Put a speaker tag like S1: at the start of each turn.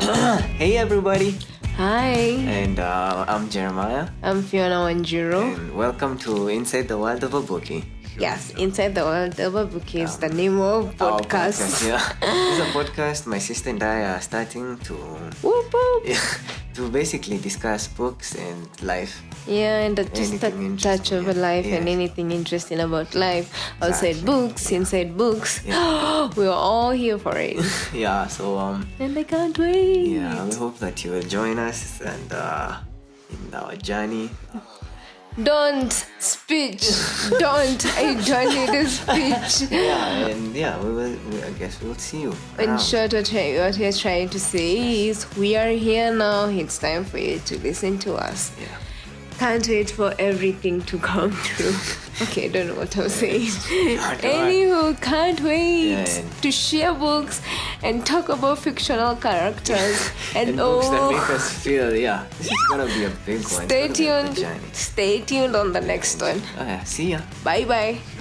S1: Hey everybody,
S2: Hi,
S1: and uh, I'm Jeremiah,
S2: I'm Fiona Wanjiro.
S1: and welcome to Inside the World of a Bookie.
S2: Yes, Inside the World of a Book is the name of
S1: Our
S2: podcast.
S1: yeah. It's a podcast my sister and I are starting to
S2: Whoop whoop.
S1: to basically discuss books and life.
S2: Yeah, and uh, just a
S1: Anything interesting,
S2: touch of
S1: yeah.
S2: life and
S1: Yes.
S2: anything interesting about life. Outside
S1: Exactly.
S2: books, inside books. We're all here for it.
S1: Yeah, so um,
S2: and I can't wait.
S1: yeah, we hope that you will join us and uh, in our journey.
S2: Don't speech. Don't. I don't need a speech.
S1: Yeah, and yeah, we will. We, I guess we will see you.
S2: In
S1: around.
S2: short, what, I- what we're trying to say is we are here now. It's time for you to listen to us.
S1: Yeah.
S2: Can't wait for everything to come true. Okay, I don't know what I'm saying.
S1: Not right.
S2: Anywho, can't wait
S1: Yeah, and-
S2: to share books and talk about fictional characters. and,
S1: and
S2: oh,
S1: books that make us feel. Yeah, this is gonna be a big one. It's
S2: stay
S1: gonna be a big
S2: tuned.
S1: journey.
S2: Stay tuned on the next one.
S1: Oh, yeah. See ya.
S2: Bye bye.